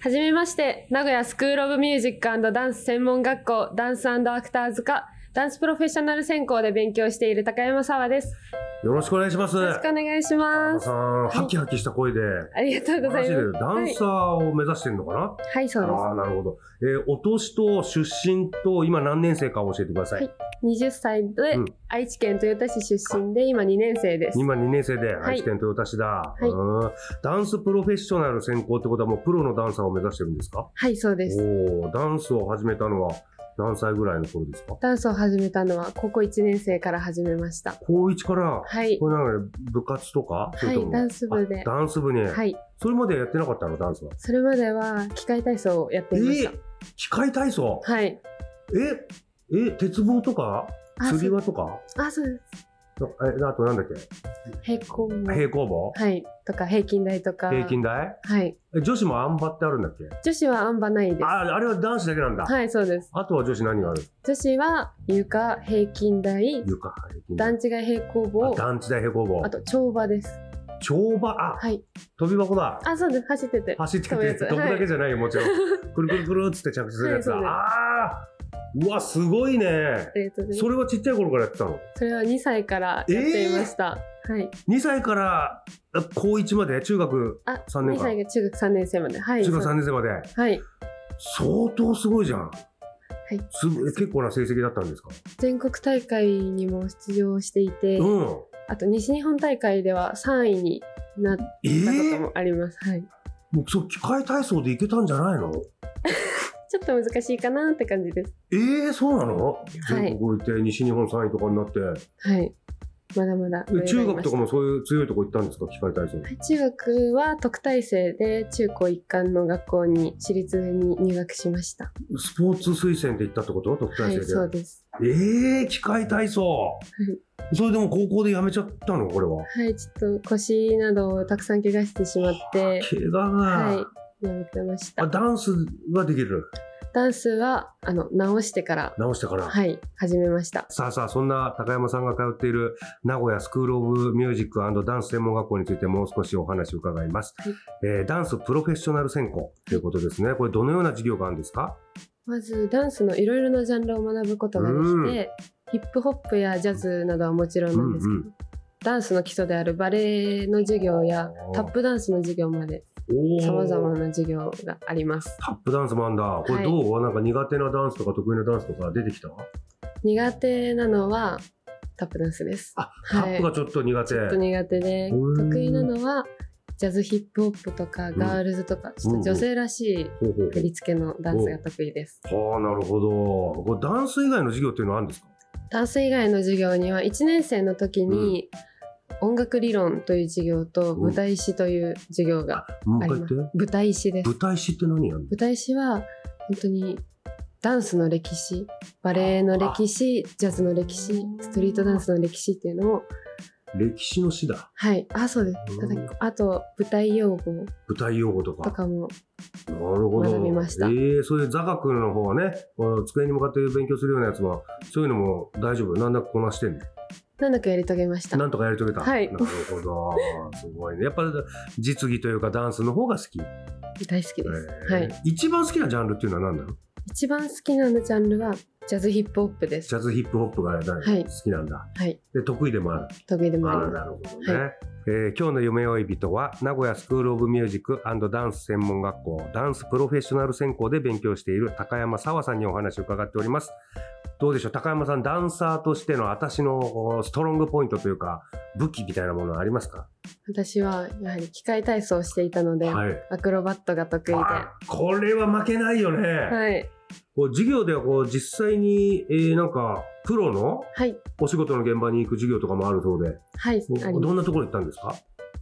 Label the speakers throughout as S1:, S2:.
S1: はじめまして、名古屋スクールオブミュージックダンス専門学校ダンスアクターズ科ダンスプロフェッショナル専攻で勉強している高山沙和です。
S2: よろしくお願いします。
S1: よろしくお願いし
S2: 高
S1: ま
S2: 田
S1: す
S2: さ。ん、ハキハキした声で、
S1: ありがとうござい
S2: マジでダ
S1: ま
S2: ン
S1: す。
S2: サーを目指してるのかな、
S1: はい、はい、そう
S2: ああ、なるほど。えーお年と出身と今何年生か教えてください。
S1: はいです。20歳で
S2: うん
S1: 愛知県豊田市出身で今2年生です。
S2: 今2年生で
S1: い
S2: 愛知県豊田市だ、
S1: いう
S2: ーんダンスプロフェッショナル専攻ってことはもうプロのダンサーを目指してるんですか
S1: はい、そうです。
S2: おーダンスを始めたのは何歳ぐらいの頃ですか
S1: ダンスを始めたのは高校1年生から始めました。
S2: 高1から、
S1: はい。
S2: これなので部活とかそれとも
S1: はいダンス部で
S2: あダンス部に、
S1: はい。
S2: それまでやってなかったのダンスは。
S1: それまでは機械体操をやっていまし
S2: えー機械体操
S1: た。はい。
S2: ええ鉄棒とか
S1: あ
S2: 釣り輪とか
S1: そうあ、そうです。
S2: えあとなんだっけ
S1: 平行棒。
S2: 平行棒、
S1: はい。とか、平均台とか。
S2: 平均台
S1: はい。
S2: え女子もあん馬ってあるんだっけ
S1: 女子はあんばないです。
S2: ああれは男子だけなんだ、
S1: はい、そうです。
S2: あとは女子何がある
S1: 女子は床、平均台、
S2: 床平均
S1: 段
S2: 台
S1: 違い平行
S2: あ
S1: 棒、
S2: 段地台平行棒
S1: あと跳馬です。
S2: 跳馬あ、
S1: はい。
S2: 飛び箱だ
S1: あ、そうです。走ってて。
S2: 走ってて
S1: 飛ぶやつ
S2: 飛ぶだけじゃないよもちろん、 くるくるくるっつって着地するやつだ、
S1: はいそうです
S2: あーうわすごいね
S1: えっとね、
S2: それはちっちゃい頃からやってたの
S1: それは2歳からやっていました。はい。
S2: 2歳からあ高1まで中学
S1: あ、
S2: 三年
S1: 2
S2: 間
S1: 歳が中学3年生まで。はい。
S2: 中学3
S1: そう
S2: 年生まで、
S1: はい。
S2: 相当すごいじゃん。はいす結構な成績だったんですか。
S1: 全国大会にも出場していて、
S2: うん。
S1: あと西日本大会では3位になった
S2: ええ
S1: こともあります。はい。
S2: もうそう機械体操でいけたんじゃないの？
S1: ちょっと難しいかなって感じです。
S2: ええそうなの？全国行って西日本3位とかになって、
S1: はい。まだまだ
S2: え
S1: 上
S2: 中学
S1: がいました
S2: とかもそういう強いとこ行ったんですか機械体操？
S1: はい中学は特待生で中高一貫の学校に私立に入学しました。
S2: スポーツ推薦で行ったってこと？特
S1: は
S2: 待生
S1: い、
S2: で。
S1: そうです。
S2: ええ機械体操。それでも高校でやめちゃったのこれは。
S1: はい、ちょっと腰などをたくさん怪我してしまって、
S2: 怪我が。
S1: はい、やめてまし
S2: あ
S1: た。
S2: ダンスができる
S1: ダンスはあの直してから、
S2: 直してから。
S1: はい、始めました。
S2: さあさあ、そんな高山さんが通っている名古屋スクールオブミュージックダンス専門学校についてもう少しお話を伺います。
S1: はい
S2: えーダンスプロフェッショナル専攻ということですね。これどのような授業があるんですか
S1: まずダンスのいろいろなジャンルを学ぶことができて、ヒップホップやジャズなどはもちろんなんですけど、
S2: うんう
S1: ダンスの基礎であるバレエの授業や
S2: おー
S1: タップダンスの授業まで
S2: お
S1: さまざま
S2: な。
S1: な授業があります。
S2: タップダンスもあんだ。これどう、なんか苦手なダンスとか得意なダンスとか出てきた、
S1: 苦手なのはタップダンスです。
S2: あ、タ
S1: はい
S2: ップがちょっと苦手。
S1: ちょっと苦手で、
S2: うーん
S1: 得意なのはジャズヒップホップとかガールズとか、ちょっと女性らし
S2: ほうほう
S1: い振り付けのダンスが得意です。
S2: ほう。はあ、なるほど。これダンス以外の授業っていうのはあるんですか
S1: ダンス以外の授業には1年生の時に音楽理論という授業と
S2: うん
S1: 舞台史という授業が
S2: もう
S1: あ
S2: 一
S1: り
S2: 回言
S1: ま
S2: っ
S1: す。
S2: て。
S1: 舞台史です。
S2: 舞台師って何やるの
S1: 舞台史は本当にダンスの歴史バレエの歴史ジャズの歴史ストリートダンスの歴史っていうのを
S2: 歴史の詩だ。
S1: はいあそうです
S2: うん
S1: 叩き込あと舞台用語
S2: 舞台用語とか。
S1: とかも
S2: なるほど。
S1: 学びました
S2: ええそういう座学の方はね、この机に向かって勉強するようなやつは、そういうのも大丈夫。なんだかこなしてんの。
S1: なんだかやり遂げました
S2: なんとかやり遂げた。
S1: はい
S2: なるほど。 すごいね。やっぱ実技というかダンスの方が好き。
S1: 大好きです、はい
S2: えー一番好きなジャンルっていうのは何だろう
S1: 一番好きなジャンルはジャズヒップホップです
S2: ジャズヒップホップが大
S1: はい
S2: 好きなんだ。
S1: はい
S2: で、得意でもある。
S1: 得意でも
S2: あ
S1: あ
S2: あ
S1: り
S2: ー、
S1: ま
S2: なるほどね。えー今日の夢追い人は名古屋スクールオブミュージックダンス専門学校ダンスプロフェッショナル専攻で勉強している高山沙和さんにお話を伺っておりますどうでしょう高山さんダンサーとしての私のおストロングポイントというか武器みたいなものはありますか
S1: 私はやはり機械体操をしていたので、
S2: はい
S1: アクロバットが得意で、は
S2: あこれは負けないよね、
S1: い、
S2: こう授業ではこう実際に、えーなんかプロの
S1: はい、
S2: お仕事の現場に行く授業とかもあるそうで
S1: はい、あります
S2: どんなところ行ったんですか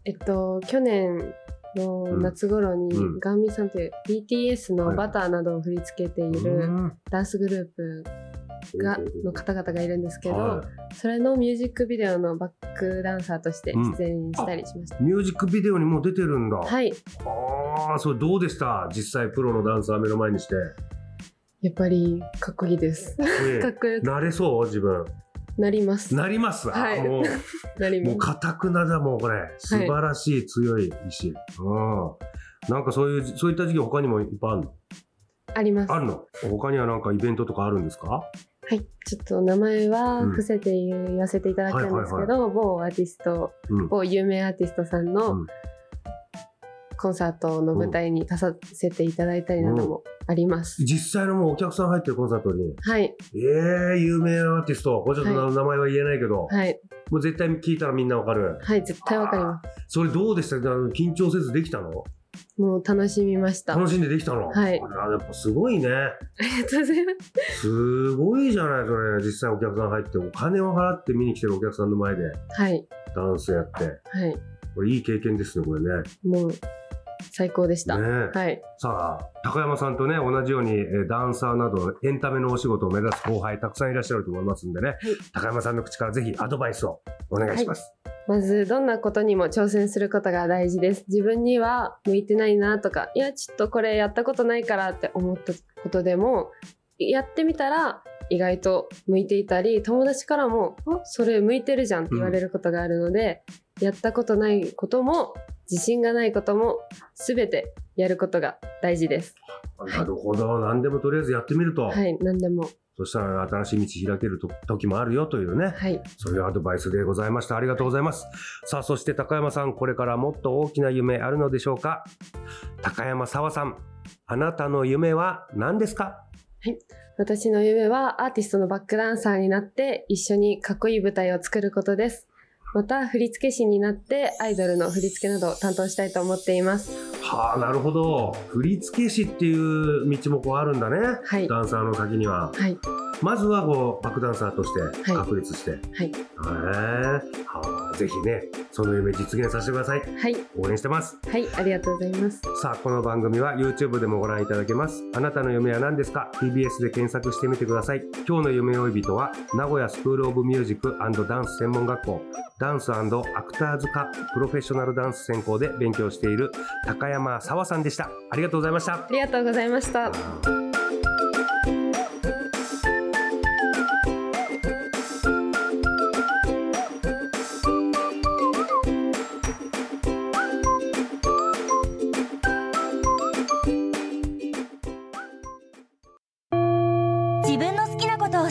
S1: えっと、去年の夏頃に、
S2: うんうん
S1: ガンミさんという BTS
S2: は
S1: の
S2: い
S1: バターなどを振り付けているダンスグループが、の方々がいるんですけど、
S2: は
S1: それのミュージックビデオのバックダンサーとして出演したりしました。
S2: いミュージックビデオにも出てるんだ、
S1: はい。
S2: ああそれどうでした実際プロのダンサー目の前に して、
S1: やっぱり、かっこいいです。か
S2: え
S1: っこよ
S2: え
S1: く
S2: なれそう自分
S1: なります。な
S2: なります、あー
S1: はい
S2: も
S1: り
S2: うもう
S1: ま
S2: かたくなだもうこれ素晴らしい強い意志、うんなんかそういうそういった授業他にもいっぱいあるの
S1: す。あります。
S2: あ
S1: は
S2: るの他にはなんかイベントとかあるんですか
S1: い。ちょっと名前は
S2: うん
S1: 伏せて言わせていただくんです
S2: は
S1: け
S2: いは
S1: ど、某アーティスト、
S2: うん
S1: 某有名アーティストさん
S2: う
S1: の
S2: ん
S1: コンサートの舞台に立たせていただいたりなどもあります。
S2: 実際のもうお客さん入ってるコンサートに
S1: はい。
S2: ええ有名なアーティストこれちょっと名前は言えないけど、
S1: はい。
S2: もう絶対聞いたらみんなわかる
S1: はい。絶対わかりま
S2: それどうでしたあの緊張せずできたの
S1: す。もう楽しみました。あ
S2: 楽しんでできたの
S1: はい
S2: あやっぱすごいね
S1: りがとうございます。
S2: すごいじゃないそれ実際お客さん入ってお金を払って見に来てるお客さんの前で
S1: はい。
S2: ダンスやって
S1: はい。
S2: これいい経験ですねこれね
S1: もう、最高でした。
S2: ねえ
S1: はい。
S2: さあ高山さんとね同じようにえーダンサーなどエンタメのお仕事を目指す後輩たくさんいらっしゃると思いますんでね、高山さんの口からぜひアドバイスをお願いします、
S1: まず、どんなことにも挑戦することが大事です。自分には向いてないなとか、いや、ちょっとこれやったことないからって思ったことでも、やってみたら、意外と向いていたり、友達からも、あそれ向いてるじゃんって言われることがあるので、やったことないことも、自信がないことも、すべてやることが大事です。
S2: なるほど何でもとりあえずやってみると、
S1: はい、何でも。
S2: そしたら新しい道開けると時もあるよというね、
S1: はい。
S2: そういうアドバイスでございました。ありがとうございます。さあ、そして高山さん、これからもっと大きな夢あるのでしょうか高山沢さん、あなたの夢は何ですか
S1: 私の夢はアーティストのバックダンサーになって一緒にかっこいい舞台を作ることです。また振付師になってアイドルの振付などを担当したいと思っています。
S2: はあ、なるほど。振付師っていう道もこうあるんだね。
S1: はい
S2: ダンサーの先には。
S1: はい。
S2: まずはこう、バックダンサーとして
S1: い
S2: 確立して。はい。
S1: はい。
S2: はあ、ぜひね、その夢実現させてください。
S1: はい。
S2: 応援してます。
S1: はい。ありがとうございます。
S2: さあこの番組は YouTube でもご覧いただけますあなたの夢は何ですか TBS で検索してみてください今日の夢追い人は名古屋スクールオブミュージックダンス専門学校ダンスアクターズ科プロフェッショナルダンス専攻で勉強している高山沢さんでしたありがとうございました
S1: ありがとうございました。
S3: 自分の好きなことを